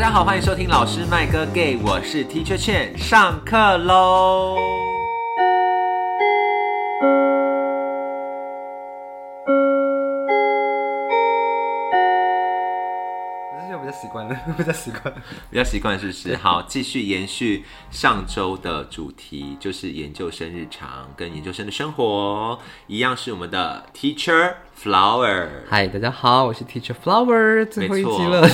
家好，欢迎收听老师麦哥 Gay，我是 Teacher Chen，上课喽。这就比较习惯了， 比较习惯。比较习惯是不是？好，继续延续上周的主题，就是研究生日常跟研究生的生活，一样是我们的 Teacher Flower。嗨，大家好，我是 Teacher Flower，最后一集了，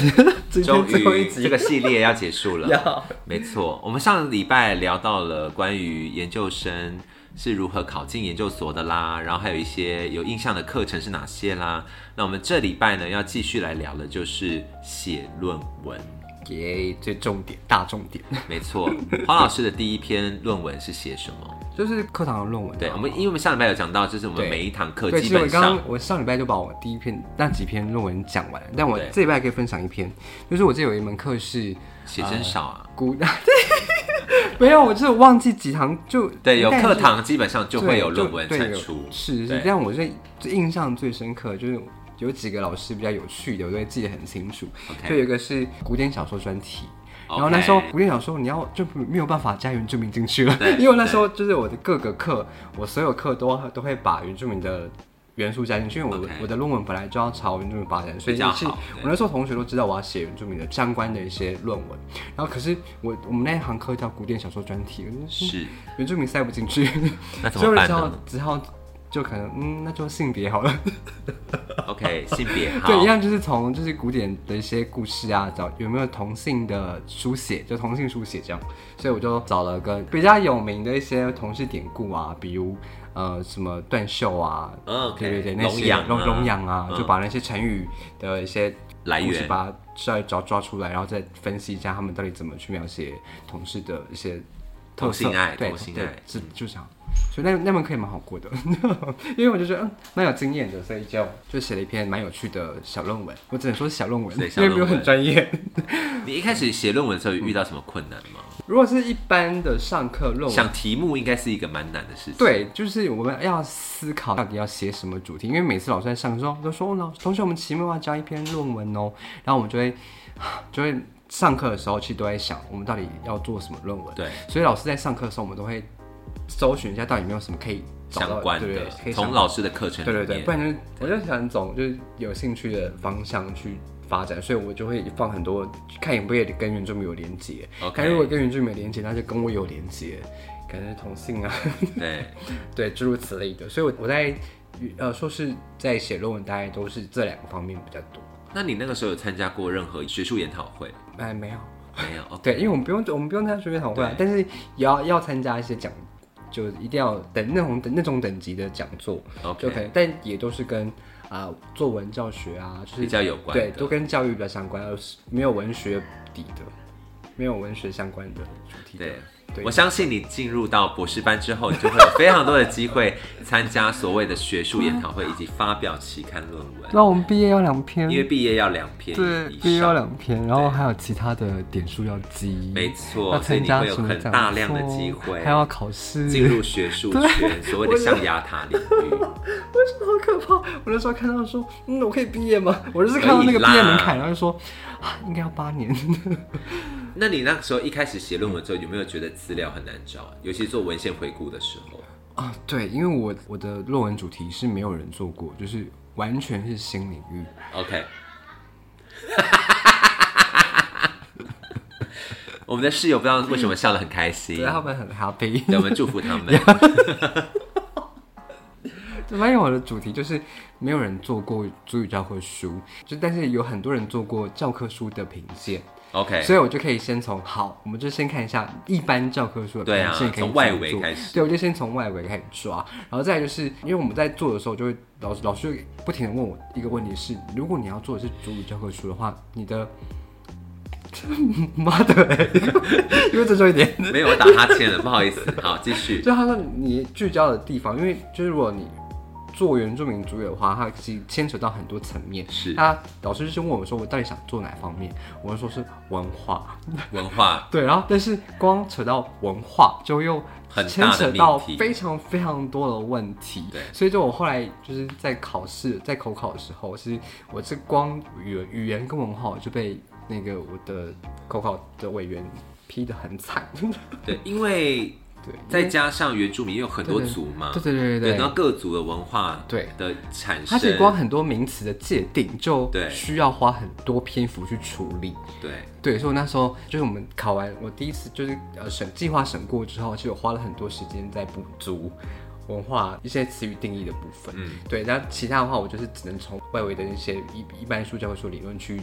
今终天 最后于一集这个系列要结束了 要，没错。我们上礼拜聊到了关于研究生是如何考进研究所的啦，然后还有一些有印象的课程是哪些啦。那我们这礼拜呢要继续来聊的就是写论文，耶，最重点，大重点，没 错。黄老师的第一篇论文是写什么？就是课堂的论文。对我们，因为我们上礼拜有讲到，就是我们对每一堂课哦对，基其实本我刚上刚我上礼拜就把我第一篇那几篇论文讲完了，但我对这礼拜可以分享一篇，就是我这有一门课是写真少啊， 古，对， 没有，我就是忘记几堂就对，有但是课堂基本上就对会有论文对产有出，是对是，但我最最印象最深刻就是有几个老师比较有趣的，我都会记得很清楚。 OK 哦就有一个是古典小说专题。 OK 然后那时候古典小说你要就没有办法加原住民进去了对， 因为那时候就是我的各个课，我所有课都都会把原住民的元素加进去，因为我 OK 我的论文本来就要朝原住民发展，所以比较是好我对那时候同学都知道我要写原住民的相关的一些论文，然后可是我我们那一堂课叫古典小说专题，我就是原住民塞不进去，那怎所么以我办只好呢只好就可能嗯，那就性别好了。 OK 性别好，对，一样就是从就是古典的一些故事啊，找有没有同性的书写，就同性书写这样。所以我就找了个比较有名的一些同事典故啊，比如呃什么断袖啊，嗯，OK，对对对，那龙些阳啊龙龙阳啊，嗯就把那些成语的一些。来源把它稍微抓抓出来，然后再分析一下他们到底怎么去描写同事的一些特同色性爱对同性对爱嗯是就这样。所以那那门课也蛮好过的， 因为我就觉得嗯蛮有经验的，所以就就写了一篇蛮有趣的小论文。我只能说是小论文，对小因为论没文有很专业。你一开始写论文的时候有遇到什么困难吗？如果是一般的上课论文，想题目应该是一个蛮难的事情。，对，就是我们要思考到底要写什么主题，因为每次老师在上课的时候都说，哦老同学我们期末要交一篇论文哦，然后我们就会就会上课的时候其实都在想我们到底要做什么论文。对，所以老师在上课的时候，我们都会搜寻一下到底有没有什么可以找到相关对的对对可以从想老师的课程里对对面，对，不然就是我就想走就是有兴趣的方向去发展，所以我就会放很多看有没有跟原住民有连接。 OK 看如果跟原住民有连接，那就跟我有连接，可能是同性啊，对对，诸如此类的。所以我我在呃硕士在写论文，大概都是这两个方面比较多。那你那个时候有参加过任何学术研讨 会哎，没有，没有？OK，对，因为我们不用我们不用参加学院讨会啊对，但是也要要参加一些讲，就一定要等那种等那种等级的讲座 OK 就可能，但也都是跟啊、作文教学啊，就是比较有关对，的都跟教育比较相关，而是没有文学底的，没有文学相关的主题的对。对我相信你进入到博士班之后，你就会有非常多的机会参加所谓的学术研讨会以及发表期刊论文，那我们毕业要两篇因为毕业要两篇对，以毕业要上，两篇，然后还有其他的点数要积，没错要所以参你加会有什么很讲大量的座机会还要考试，进入学术圈，所谓的象牙塔领域。我觉 得好可怕。我那时候看到说，嗯，我可以毕业吗？我就是看到那个可以啦毕业门槛，然后就说啊，应该要八年。 那你那个时候一开始写论文之后，有没有觉得资料很难找？尤其做文献回顾的时候，啊，对，因为我我的论文主题是没有人做过，就是完全是新领域。 OK，我们的室友不知道为什么笑得很开心，对，他们很 happy。 对我们祝福他们。发现我的主题就是没有人做过主语教科书，就但是有很多人做过教科书的评鉴。 OK，所以我就可以先从好，我们就先看一下一般教科书的对啊表现可以从怎么外围做开始对，我就先从外围开始抓，然后再来就是因为我们在做的时候，就会老师老师不停的问我一个问题是，如果你要做的是主语教科书的话，你的 妈的、欸，因为这说一点，没有我打哈欠了，不好意思。好，继续。就他说你聚焦的地方，因为就是如果你做原住民主语的话，它其实牵扯到很多层面。是他老师就问我说，我到底想做哪方面？我就说是文化，文化，对，然后但是光扯到文化，就又很牵大的扯命到题非常非常多的问题。对所以就我后来就是在考试，在口考的时候，其实我这光语言语言跟文化我就被那个我的口考的委员批的 很惨，对，因为对，再加上原住民有很多族嘛，对对对对然对后，各族的文化对的产生，它其实光很多名词的界定就对需要花很多篇幅去处理。对对，所以我那时候就是我们考完，我第一次就是呃审计划审过之后，其实我花了很多时间在补足文化一些词语定义的部分。嗯，对，那其他的话，我就是只能从外围的那些一一般书教科书理论去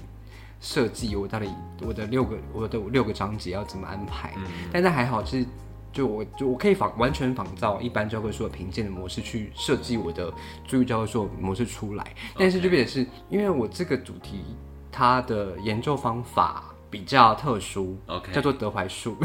设计我到底我的六个我的六个章节要怎么安排。但是还好是。就我就我可以仿完全仿照一般教科书的评鉴的模式去设计我的注意教科书的模式出来，但是这边也是因为我这个主题它的研究方法比较特殊，OK，叫做德怀术，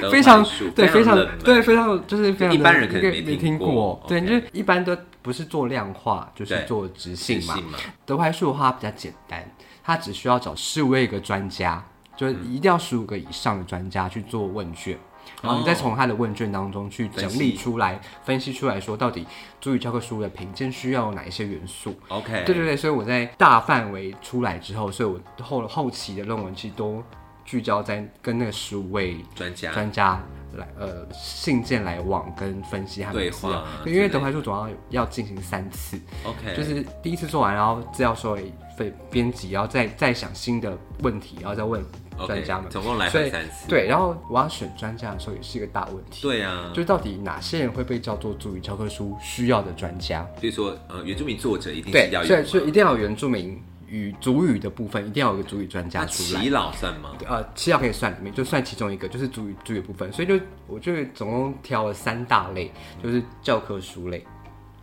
德怀非常术对，非常冷门对，非常就是非常一般人可能一个没没听听过对， OK 就是一般都不是做量化，就是对做直性自嘛信。嘛，德怀术的话比较简单，它只需要找十五位个专家，就是嗯一定要十五个以上的专家去做问卷。然后你再从他的问卷当中去整哦分析理出来、分析出来说，到底主语教科书的评鉴需要有哪一些元素？ OK，对对对，所以我在大范围出来之后，所以我后后期的论文其实都聚焦在跟那个十五位专家专家来呃信件来往跟分析他们的资对料话啊，因之为类的德怀术总要要进行三次， OK，就是第一次做完，然后资料收为分编辑，然后再再想新的问题，然后再问 OK，专家们。总共来所回以三次，对，然后我要选专家的时候也是一个大问题，对啊，就是到底哪些人会被叫做主语教科书需要的专家？所以说呃，原住民作者一定对是要，有所以嘛，所以一定要有原住民与主语的部分，一定要有一个主语专家那出来耆。老算吗？呃，七号可以算里面，就算其中一个，就是主语主语部分。所以就我就总共挑了三大类，就是教科书类，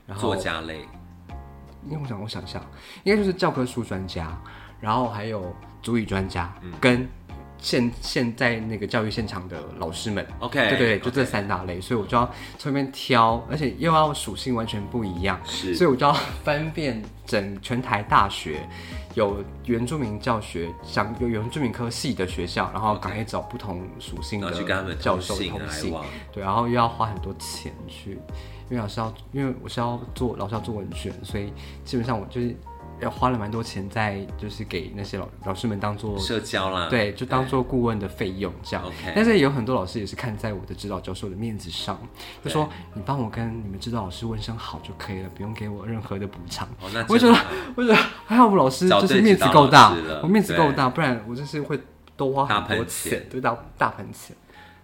然后作家类，因为我想我想一下，应该就是教科书专家，然后还有主语专家，嗯跟现现在那个教育现场的老师们。 OK，对对，对就这三大类，所以我就要从里面挑，而且又要属性完全不一样，是所以我就要翻遍整全台大学有原住民教学想有原住民科系的学校，然后赶快找不同属性然后去跟他们的教授信啊同来性，往，对，啊然后又要花很多钱去，因为老师要，因为我是要做老师要做文宣，所以基本上我就是要花了蛮多钱在，就是给那些老老师们当做。社交啦，对，就当做顾问的费用这样。嗯 OK 但是有很多老师也是看在我的指导教授的面子上，就说你帮我跟你们指导老师问声好就可以了，不用给我任何的补偿。 哦，那我真觉得好，我觉得还好，我们老师找就是对面指子导够老大师了，我面子够对大，不然我就是会多花大很多喷钱，对，大大盆钱。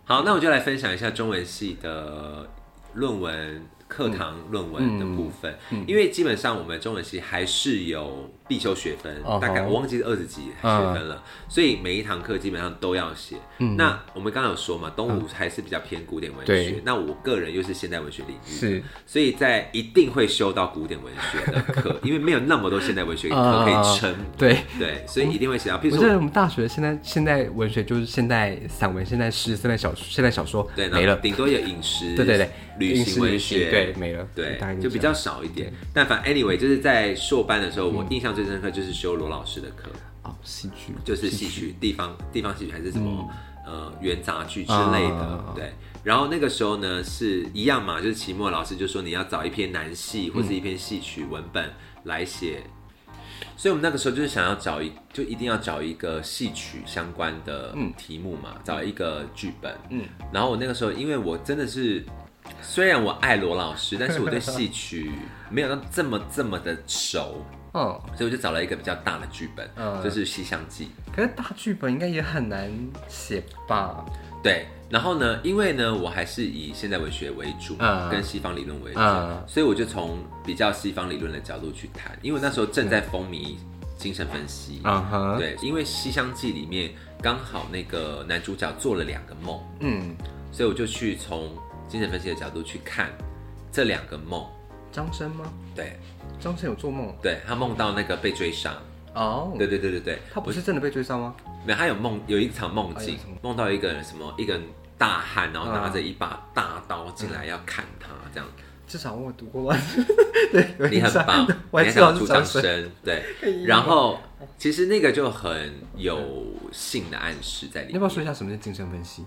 好，那我就来分享一下中文系的论文课堂论嗯文的部分，因为基本上我们中文系还是有必修学分，哦吼嗯大概我忘记是二十几学分了，所以每一堂课基本上都要写。那我们刚刚有说嘛，东吴还是比较偏古典文学，嗯对那我个人又是现代文学领域，是，所以在一定会修到古典文学的 课，因为没有那么多现代文学课啊可以撑。对，对，所以一定会写到，譬如我说记得我们大学现在现代文学就是现代散文、现代诗、现代小说、现代小说对，然后没了，顶多有饮食，对对对旅饮食行文旅行学，对没了对大概，就就比这较嗯少一点。但反 anyway，就是在硕班的时候，我印象最深刻就是修罗老师的课，哦，戏剧嗯就是戏曲地方地方戏曲还是什么呃元杂剧之类的啊，对。然后那个时候呢，是一样嘛，就是期末老师就说你要找一篇南戏或是一篇戏曲文本来写。所以我们那个时候就是想要找一，就一定要找一个戏曲相关的题目嘛，嗯找一个剧本。嗯，然后我那个时候，因为我真的是，虽然我爱罗老师，但是我对戏曲没有到这么这么的熟，嗯，所以我就找了一个比较大的剧本，嗯就是《西厢记》。可是大剧本应该也很难写吧？对，然后呢，因为呢，我还是以现代文学为主，嗯跟西方理论为主，嗯所以我就从比较西方理论的角度去谈，因为那时候正在风靡精神分析，嗯哼，对，因为《西厢记》里面刚好那个男主角做了两个梦，嗯，所以我就去从精神分析的角度去看这两个梦，张生吗？对，张生有做梦对他梦到那个被追杀，哦，对对对对对，他不是真的被追杀吗？没有，他有梦，有一场梦哎有境什么，梦到一个人什么，一个大汉，然后拿着一把大刀进来要砍他，这样。至少我有读 过吧？对， 有你印很象棒，我还你知想要道是出张张生。生，对。然后其实那个就很有性的暗示在里你要不要面。说一下什么是精神分析？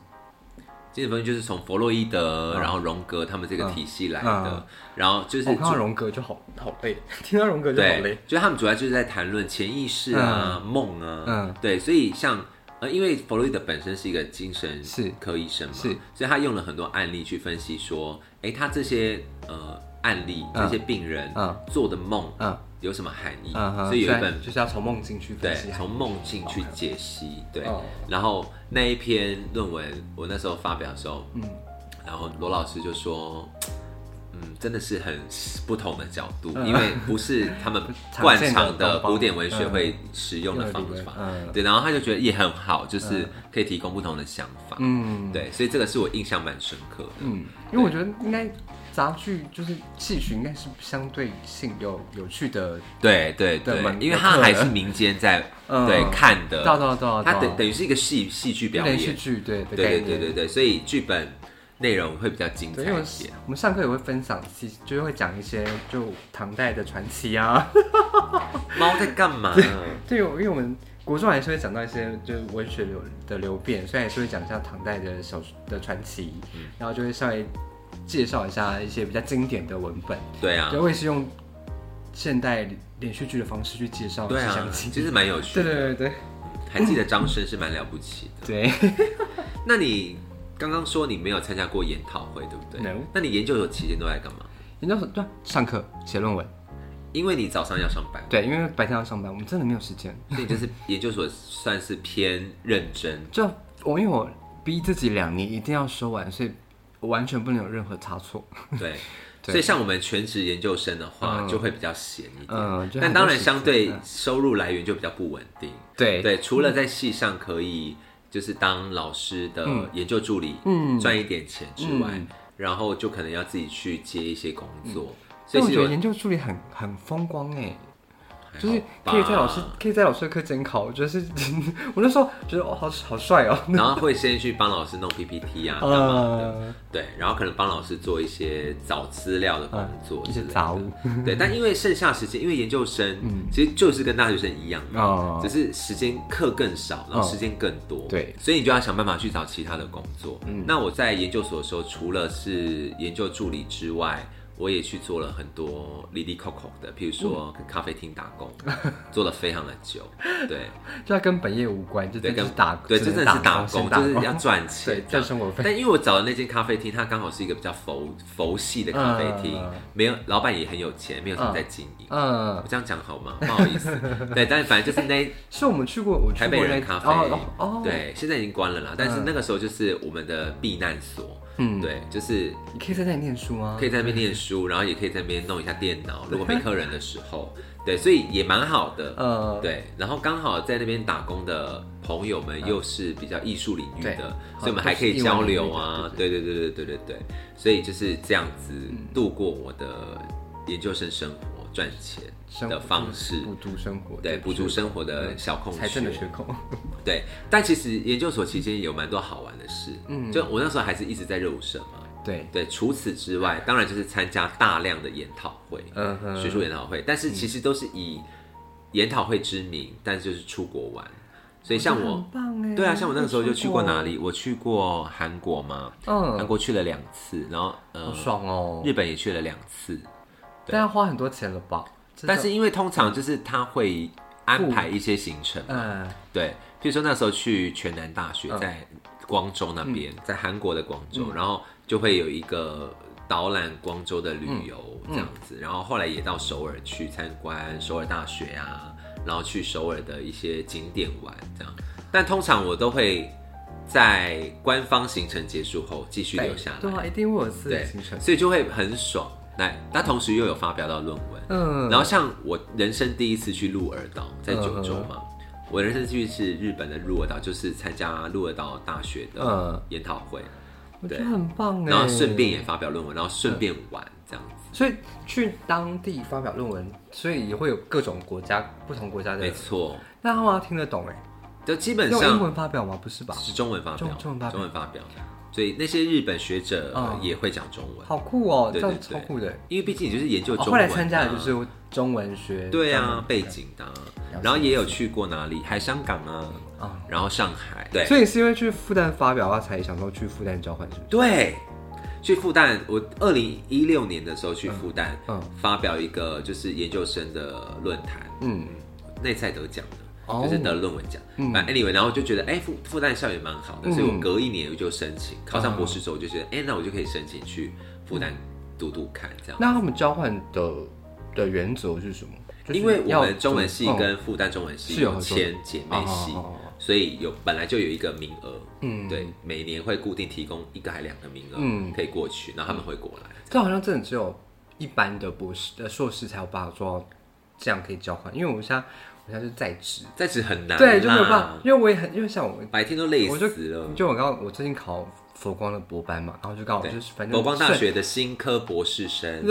精神分析就是从弗洛伊德，然后荣格他们这个体系来的嗯，然后就是我看到主荣格就好好累， 听到荣格就好累对。，就是他们主要就是在谈论潜意识啊、梦啊，嗯对，所以像。呃，因为弗洛伊德本身是一个精神是科医生嘛，是所以他用了很多案例去分析说，哎，他这些呃案例，这些病人嗯做的梦嗯有什么含义？嗯哼，所以有一本就是要从梦境去分对析，，从梦境去解析，对哦。然后那一篇论文，我那时候发表的时候，嗯然后罗老师就说，嗯，真的是很不同的角度，嗯因为不是他 们常惯见的常的东方嗯古典文学会使用的用的方理论法嗯，对。然后他就觉得也很好，就是可以提供不同的想法，嗯对。所以这个是我印象蛮深刻的。嗯，因为我觉得应该杂剧就是戏曲应该是相对性有有趣的，对对对对蛮，因为他有还课是的民间在嗯对看呃的对，啊对啊对啊，他对啊等等于是一个戏戏剧表连续演，剧对的概对对念对对对，所以剧本内容会比较精彩对，因为我一们些。我们上课也会分享戏，就是会讲一些就唐代的传奇啊， 猫在干嘛？对，因为我们国中还是会讲到一些就是文学流的流变，所以还是会讲一下唐代的小的传奇，嗯然后就会稍微介绍一下一些比较经典的文本，对啊对，，我也是用现代连续剧的方式去介绍对西啊厢，记，其实蛮有趣对的。 对对还记得张生是蛮了不起的。对 那你刚刚说你没有参加过研讨会，对不对 No 那你研究所期间都在干嘛？对，研究所对啊上课写论文，因为你早上要上 班，对，因为白天要上班，我们真的没有时间，所以你就是研究所算是偏认真。就我因为我逼自己两年一定要说完，所以我完全不能有任何差错，对， 对所以像我们全职研究生的话，嗯就会比较闲一点。嗯就很但当然，多时间相对嗯收入来源就比较不稳定。对对，除嗯了在系上可以就是当老师的研究助理，嗯，赚一点钱之外，嗯然后就可能要自己去接一些工作，所所以以其我实觉得我研究助理很很风光哎、还好就是可以在老师吧可以在老师的课监考，我觉得是， 我那时候觉得哦好好帅哦，然后会先去帮老师弄 PPT 啊，干嘛的？呃， 对，然后可能帮老师做一些找资料的工作嗯一之些嗯类的杂物，对，但因为剩下时间，因为研究生其实就是跟大学生一样嘛哦，只是时间课更少，然后哦时间更多，对嗯所以你就要想办法去找其他的工作。那我在研究所的时候，除了是研究助理之外。我也去做了很多里里扣扣的，譬如说嗯咖啡厅打 工，做了非常的久，对就要跟本业无关，就对，真的跟是打对，这真的是打工，先就是要 赚对钱，这 赚样生活费，但因为我找的那间咖啡厅，它刚好是一个比较佛佛系的咖啡厅，嗯没有老板也很有钱，没有什么在经营。嗯我，这样讲好吗？不好意思，对，但反正就是那是我们去过，我去台北过那人咖啡，哦哦，，对，现在已经关了啦。但是那个时候就是我们的避难所，嗯，对，就是你可以在那里念书吗？可以在那边念书，然后也可以在那边弄一下电脑，如果没客人的时候，对，所以也蛮好的。哦呃，对，然后刚好在那边打工的朋友们又是比较艺术领域呃对哦的，好所以我们都还是可以艺文交领域流的啊，对对对对对对对对，所以就是这样子度过我的研究生生活赚钱生活的方式，补足嗯生活，对补足生活的小空财政的缺，缺口，对。但其实研究所期间有蛮多好玩的事，嗯，就我那时候还是一直在热舞社嘛，对，对，除此之外，当然就是参加大量的研讨会，嗯哼学术研讨会，但是其实都是以研讨会之名，但是就是出国玩。所以像很我，棒哎，对啊，像我那个时候就去过哪里，里？我去过韩国嘛，韩嗯，国去了两次，然后好呃，爽哦，日本也去了两次，但要花很多钱了吧？这但是因为通常就是他会安排一些行程，嗯，对，譬如说那时候去全南大学，在光州那边，嗯在韩国的光州，然后就会有一个导览光州的旅游嗯这样子，然后后来也到首尔去参观首尔大学啊，然后去首尔的一些景点玩这样。但通常我都会在官方行程结束后继续留下对来，啊，一定会有自己对的行程，所以就会很爽。来，但同时又有发表到论文，嗯，然后像我人生第一次去鹿儿岛，在九州嗯嘛，我人生去是日本的鹿儿岛，就是参加鹿儿岛大学的嗯研讨会，我觉对得很棒哎，然后顺便也发表论文，然后顺便玩这样子。所以去当地发表论文，所以也会有各种国家、不同国家的没人。错，那他们要听得懂哎，就基本嗯用英上文发表吗？不是吧？是中文发表，中中文发表表所以那些日本学者嗯也会讲中文，好酷哦，对这对样超对酷的。因为毕竟你就是研究哦中文、啊。后来参加的就是中文学，对啊，背景的啊、然后也有去过哪里，海香港啊，嗯然后上海，对 所以你是因为去复旦发表啊，才想说去复旦交换，是不是？对，去复旦，我二零一六年的时候去复旦，嗯发表一个就是研究生的论坛，嗯，内赛得奖的。哦就是得论文奖，嗯反正 anyway，然后就觉得哎复复旦校园蛮好的，嗯所以我隔一年我就申请，考上博士之后我就觉得哎那我就可以申请去复旦读读看这样，嗯那他们交换的的原则是什么？就是因为我要们中文系嗯跟复旦中文系是有合作的签姐妹系哦哦哦哦，所以有本来就有一个名额，嗯对，每年会固定提供一个还两个名嗯额可以过去，然后他们会过来。这好像真的只有一般的博士、呃硕士才有办法做到这样可以交换，因为我们现在我现在是在职，在职很难啦，对，就没有办法，因为我也很因为像我们，白天都累我就死了。就我刚刚我最近考佛光的博班嘛，然后就刚好就是反正佛光大顺，学的新科博士生，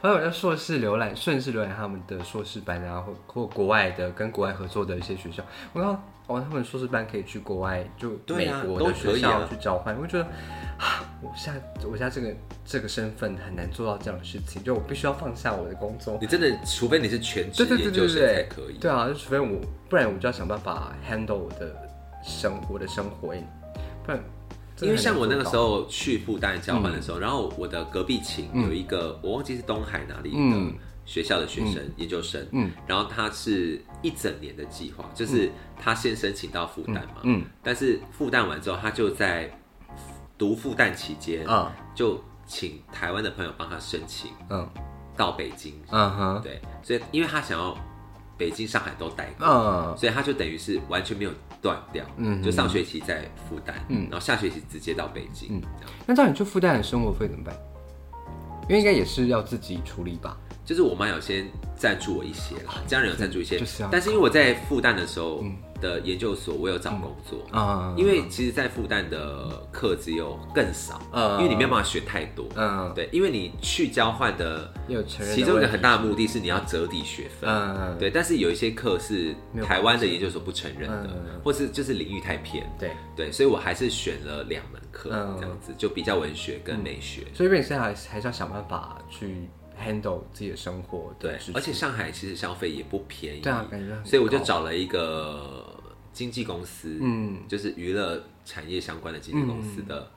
反正我在硕士浏览，顺势浏览他们的硕士班啊，或或国外的跟国外合作的一些学校，我刚哦他们硕士班可以去国外，就对美啊国都的可学以啊校去交换，我就觉得。啊，我现在我现在这个这个身份很难做到这样的事情，就我必须要放下我的工作，你真的，除非你是全职对对对研究对生对，才可以。对啊，就除非我，不然我就要想办法 handle 我的生我的生活，不然因真的很难做到。为像我那个时候去复旦交换的时候，然后我的隔壁寝有一个，我忘记是东海哪里的嗯学校的学生研究生，嗯然后他是一整年的计划，就是他先申请到复旦嘛，嗯但是复旦完之后，他就在读复旦期间，啊就请台湾的朋友帮他申请嗯到北京嗯哼对，所以因为他想要北京、上海都待过，嗯所以他就等于是完全没有断掉，嗯就上学期在复旦，然后下学期直接到北京，嗯这样那这样你去复旦的生活费怎么办？因为应该也是要自己处理吧。就是我妈有先赞助我一些啦，家人有赞助一些，就是嗯要但是因为我在复旦的时候的研究所，我有找工作。啊、因为其实，在复旦的课只有更少，嗯因为你没有办法学太多。嗯对，因为你去交换的也有成人的其中一个问题很大的目的是你要折抵学分。嗯对，但是有一些课是没有台湾的研究所不承认的嗯嗯，或是就是领域太偏。对，对，所以我还是选了两门课，嗯这样子就比较文学跟美学。所以变现在还还是要想办法去 handle 自己的生活的对支，出而且上海其实消费也不便宜，对啊感觉很所以我就高找了一个经纪公司，嗯就是娱乐产业相关的经纪公司的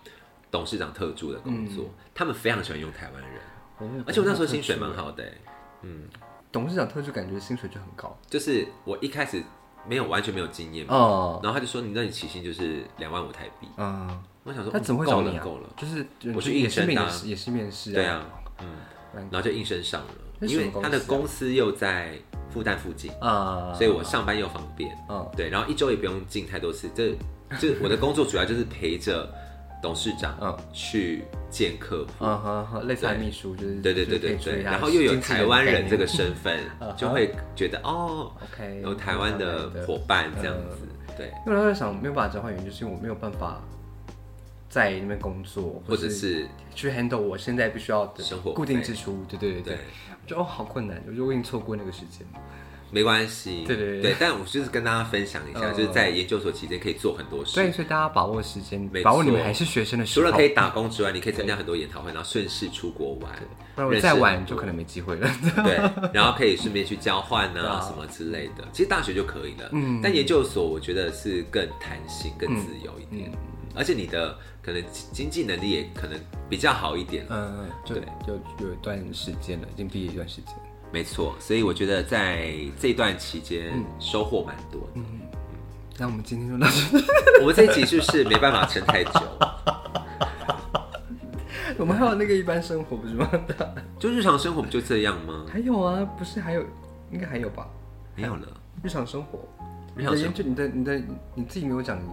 董事长特助的工作，嗯他们非常喜欢用台湾人，哦嗯而且我那时候薪水蛮好的、欸嗯董事长特助感觉薪水就很高就是我一开始没有完全没有经验嘛，哦，然后他就说你那你起薪就是两万五台币，嗯，我想说他怎么嗯会够找你了啊？够了，就是我去也应是征的面啊试，也是面试对啊，蛮然后就应声上了，那因什么为他的公公司又在复旦附近，啊，所以我上班又方便，嗯对，然后一周也不用进太多次，这这我的工作主要就是陪着董事嗯长去见客户，嗯哼哼，类似他的秘书就是对对对对对，然后又有台湾人这个身份，嗯就会觉得哦， OK 有台湾的嗯伙伴这样子，对，因为我在想没有办法交换原因，就是因为我没有办法在那边工作，或者是去 handle 我现在必须要的生活费固定支出，对对对对对，。我觉得哦好困难，我觉得我已经错过那个时间了，没关系，对对对但我就是跟大家分享一下，嗯就是在研究所期间可以做很多事，所以所以大家把握时间没，把握你们错还是学生的除时了候可，以打工之外，你可以参加很多研讨会，然后顺势出国玩，不然我认识再晚就可能没机 会了。 对，然后可以顺便去交换啊啊嗯什么之类的。其实大学就可以了，但研究所我觉得是更弹性、更自由一嗯点，而且你的可能经济能力也可能比较好一点。嗯，就对就有一段时间了，已经毕业一段时间。没错，所以我觉得在这段期嗯间收获蛮多的。那我们今天就到这里， 我们这一集是不是没办法撑太久？我们还有那个一般生活不是吗？ 就日常生活不就这样吗？还有啊，不是还有，应该还有吧？没有了。日常生活，日常生活你的研究，你的你的你自己没有讲你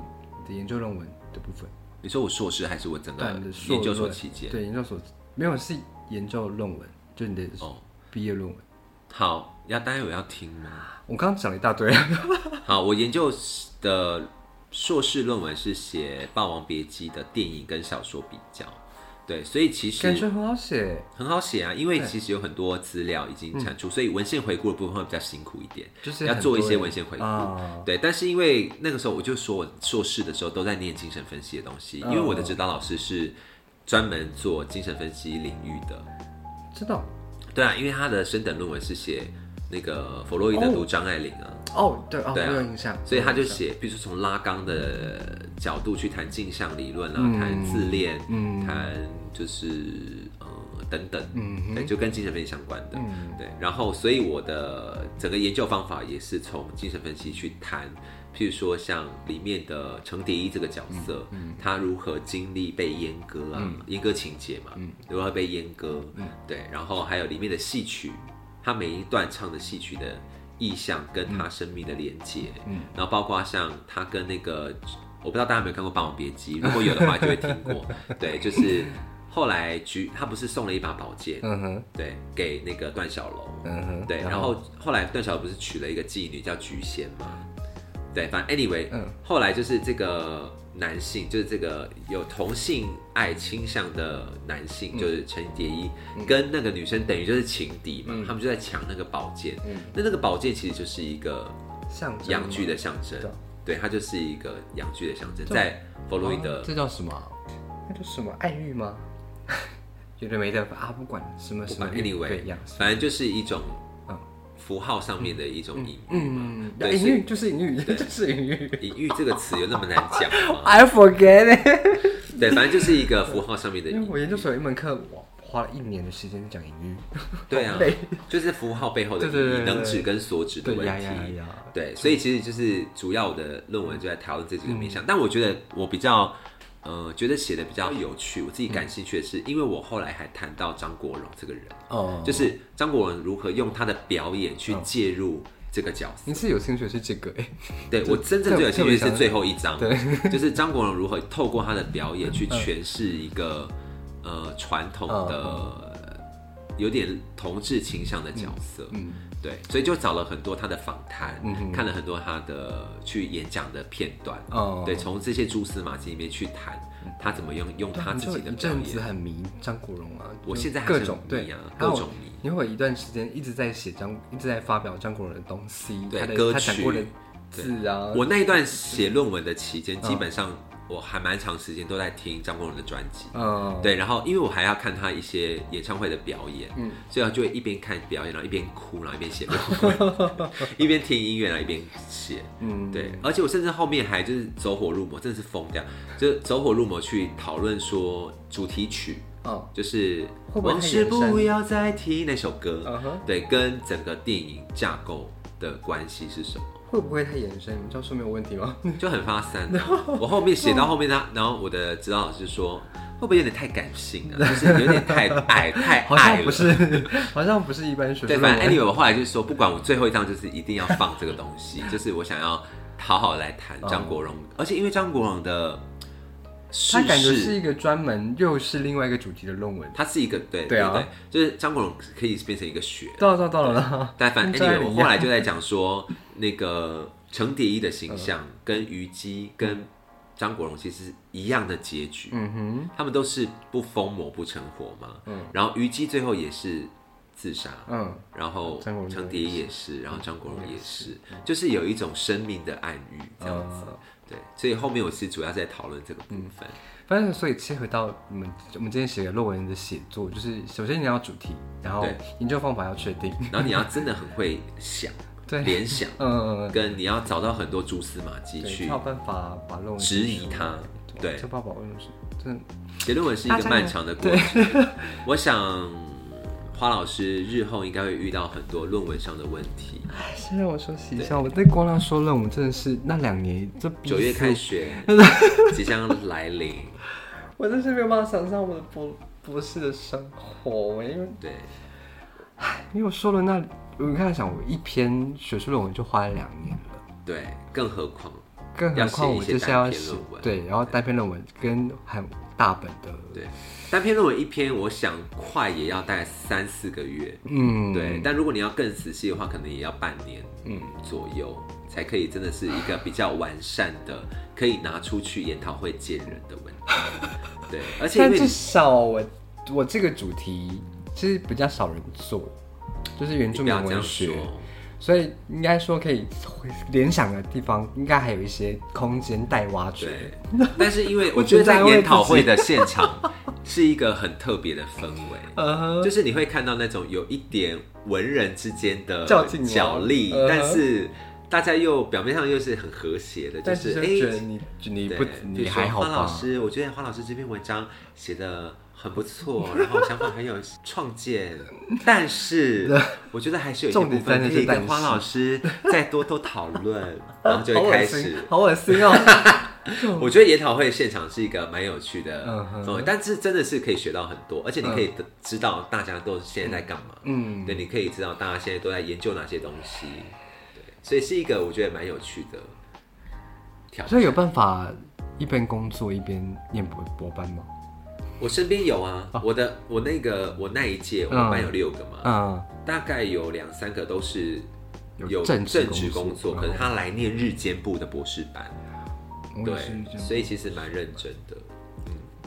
的研究论文的部分，你说我硕士还是我整个对你的硕研究所论期间？对研究所没有是研究论文，就你的哦毕业论文。好，要待会要听吗？我刚刚讲了一大堆，好，我研究的硕士论文是写《霸王别姬》的电影跟小说比较，对，所以其感实觉很好写，很好写啊，因为其实有很多资料已经产出，所以文献回顾的部分会比较辛苦一点，嗯就是要很做一多些人文献回顾。啊对，但是因为那个时候我就说，我硕士的时候都在念精神分析的东西，因为我的指导老师是专门做精神分析领域的，知道对啊，因为他的升等论文是写那个弗洛伊德读张爱玲啊，哦，对哦，对啊我有印象，所以他就我有印象写，比如说从拉冈的角度去谈镜像理论啊，嗯谈自恋，嗯谈就是呃等等，嗯哼对，就跟精神分析相关的，嗯对。然后，所以我的整个研究方法也是从精神分析去谈，譬如说像里面的程蝶衣这个角嗯色，他如何经历被阉割啊，阉割情节嘛，嗯如何被阉割，对。然后还有里面的戏曲，他每一段唱的戏曲的意象跟嗯他生命的连接，然后包括像他跟那个，我不知道大家有没有看过《霸王别姬》，如果有的话就会听过，对，就是后来菊他不是送了一把宝剑，嗯哼，对，给那个段小楼，嗯哼，对，然后后来段小楼不是娶了一个妓女叫菊仙吗？对，反正 anyway，、嗯后来就是这个男性，就是这个有同性爱倾向的男性，就是陈蝶衣，跟那个女生等于就是情敌嘛，他们就在抢那个宝剑。那那个宝剑其实就是一个象征阳具吗的象征对，对，它就是一个阳具的象征，对在弗洛伊啊德这叫什么啊？那叫什么爱欲吗？ 有的没的啊，不管什么不什么管欲对 anyway，样，反正就是一种嗯符号上面的一种隐喻嘛。嗯，对隐所以喻就是隐喻， 就是隐喻。隐喻这个词有那么难讲吗？ I forget it。对，反正就是一个符号上面的因隐为我喻。研究所有一门课，我花了一年的时间讲隐喻。对啊好累， 就是符号背后的对对对隐喻，对对能指跟所指的对问呀题呀。呀，对，所以其实就是主要我的论文就在讨论这几个嗯面向，但我觉得我比较，呃，觉得写的比较有趣，我自己嗯感兴趣的是，因为我后来还谈到张国荣这个人，哦，就是是张国荣如何用他的表演去介入这个角色。你是有兴趣的是这个哎，对我真正最有兴趣是最后一章，就是张国荣如何透过他的表演去诠释一个呃传统的有点同志倾向的角色。嗯对，所以就找了很多他的访谈，嗯哼看了很多他的去演讲的片段，哦，对，，从这些蛛丝马迹里面去谈他怎么用用他他自就己的一表阵子演。很迷张国荣啊，我就现在还各是种很迷对啊，还各有种迷。因为我有一段时间一直在写张，一直在发表张国荣的东西，对他的歌他讲曲过的字啊，我那一段写论文的期嗯间，基本上我还蛮长时间都在听张国荣的专辑。嗯，对，然后因为我还要看他一些演唱会的表演，嗯所以我就会一边看表演，然后一边哭，然后一边写论 文一边听音乐，然后一边写。嗯，对，而且我甚至后面还就是走火入魔，真的是疯掉，就是走火入魔去讨论说主题曲哦，就是会不会太往事延伸不要再提那首歌嗯哼对，跟整个电影架构的关系是什么？会不会太延伸？你教授没有问 题吗？就很发 散、啊。我后面写到后面，他嗯然后我的指导老师说，会不会有点太感性 啊？就是有点太爱，太好爱像了。不是， 好像不是一般学对，生反论正文。 anyway，我后来就是说，不管我最后一趟就是一定要放这个东西， 就是我想要好好来谈嗯张国荣，而且因为张国荣的他世感觉是事。一个专门又是另外一个主题的论文。他是一个对对啊对，就是张国荣可以变成一个学，到了到了到了到了，但反跟正张 anyway，爱玲我一后样来就在讲说，那个程蝶衣的形象跟虞姬跟张国荣其实是一样的结局，嗯哼，他们都是不疯魔不成活嘛。嗯然后虞姬最后也是自杀，嗯，然后张国荣程蝶衣也是，然后张国荣也是，就是有一种生命的暗喻这样子。嗯对，所以后面我是主要在讨论这个部分。反正所以切合到我们我们今天写的论文的写作，就是首先你要主题，然后对研究方法要确定，然后你要真的很会 想对，联想，嗯，跟你要找到很多蛛丝马迹对，去才有办法把论文质疑它。对这爸爸为什么是真的？写论文是一个漫长的过程。 我想花老师日后应该会遇到很多论文上的问题。先让我休息一下。我在光亮说论文真的是那两年，这逼死九月开，学 即将来临，我真是没有办法想象我的博博士的生活，因为对，因为我说了那，我刚才想，我一篇学术论文就花了两年了，对，更何况更何况我就是要要写一些单写篇论文对，然后单篇论文跟很大本的，对单篇论文一篇，我想快也要大概三四个月，嗯，对。但如果你要更仔细的话，可能也要半年，嗯左右，才可以真的是一个比较完善的，可以拿出去研讨会见人的文章。对，而且因但为至少我我这个主题其实比较少人做，就是原你住不民要这文样学说，，所以应该说可以联想的地方，应该还有一些空间待挖掘。对。但是因为我我觉得正在在为研自讨会己的现场，是一个很特别的氛围。呃就是你会看到那种有一点文人之间的较劲吗角力，嗯哼但是大家又表面上又是很和谐的，就但是是哎，觉得你你对不比如你说还好花老吧？师，我觉得花老师这篇文章写的很不错， 然后想法很有创见，但 是我觉得还是有一些重部点分可在那以些但跟花是老师再多多讨 论，然后就好会恶开始心，。好恶心哦！ 我觉得研讨会现场是一个蛮有趣的嗯哼氛围，但是真的是可以学到很多，而且你可以得知道大家都现在在干嘛。嗯，对，你可以知道大家现在都在研究哪些东西，对，所以是一个我觉得蛮有趣的挑所战。以有办法一边工作一边念博博班吗？我身边有啊，我的我那个我那一届我们班有六个嘛，哦嗯，大概有两三个都是有有正职正职工工作作，可能他来念日间部的博士班，我哦也是这对，样所以其实蛮认真的。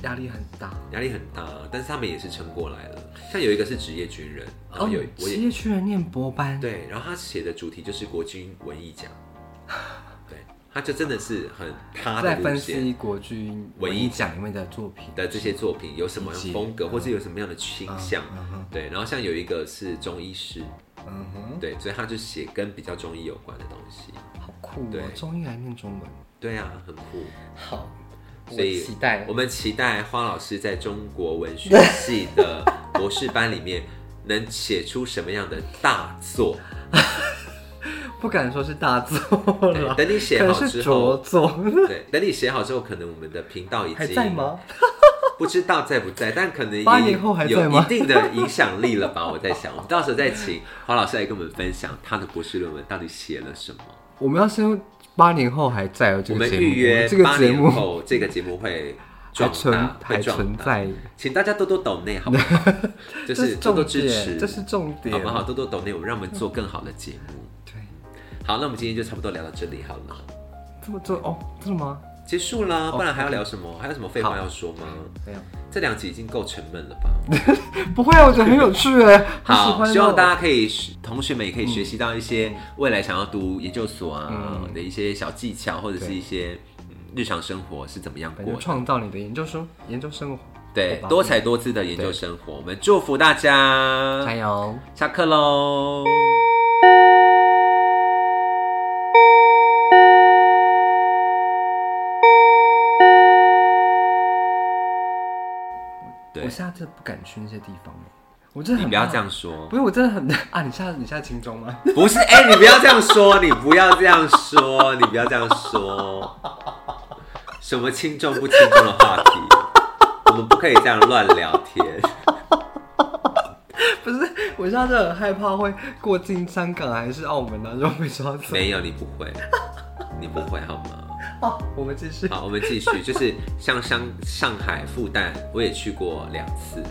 压力很大。压力很大，但是他们也是撑过来了。像有一个是职业军人，然后哦有，我职也业去人念博班，，对，然后他写的主题就是国军文艺 奖，对，他就真的是很他的在路分线析国军文文艺艺奖里面的作品。的这些作品有什么样的风格，或是有什么样的倾向，嗯哼，对，然后像有一个是中医师，嗯哼，对，所以他就写跟比较中医有关的东西，好酷对哦！中医还念中文，对啊，很酷。好，所以待我们期待花老师在中国文学系的博士班里面能写出什么样的大作。不敢说是大作对了，等你写可好能之是后拙 作，对，等你写好之后，可能我们的频道已经还在吗？ 不知道在不在，但可能已八年后还在有一吗定的影响力了吧？我在想，我们到时候再请黄老师来跟我们分享他的博士论文到底写了什么。我们要先八年后还在哦，这我个们节目，预约这个八节年目后这个节目会还壮存大，还会壮存大，在，请大家多多抖内好不 好？就这是多重多点，支持，这是重点，好不好？多多抖内，我们让我们做更好的节目。对，好，那我们今天就差不多聊到这里好了，这么做哦，真的吗？结束啦，不然还要聊什么？还有什么废话好要说吗？没有，这两集已经够沉闷了吧？不会啊，我觉得很有趣哎，很喜好，欢哦。希望大家可以学，同学们也可以学习到一些未来想要读研究所啊嗯的一些小技巧，或者是对一些嗯日常生活是怎么样反过正的。创造你的研究生研究生活，对好，吧多彩多姿的研究生活，我们祝福大家加，油。下课喽。对我现在真的不敢去那些地方哎，我真的你很不要怕这样，说不，是我真的很 啊！你现在你现在轻中吗？ 不是，哎、你不要这样说，你不要这样说，你不要这样说，什么轻重不轻重的话题，我们不可以这样乱聊天。不是，我现在真的很害怕会过境香港还是澳门然后被抓走。没有，你不会，你不会好吗？好，哦我们继续。好，我们继续，就是像上上海、复旦，我也去过两次，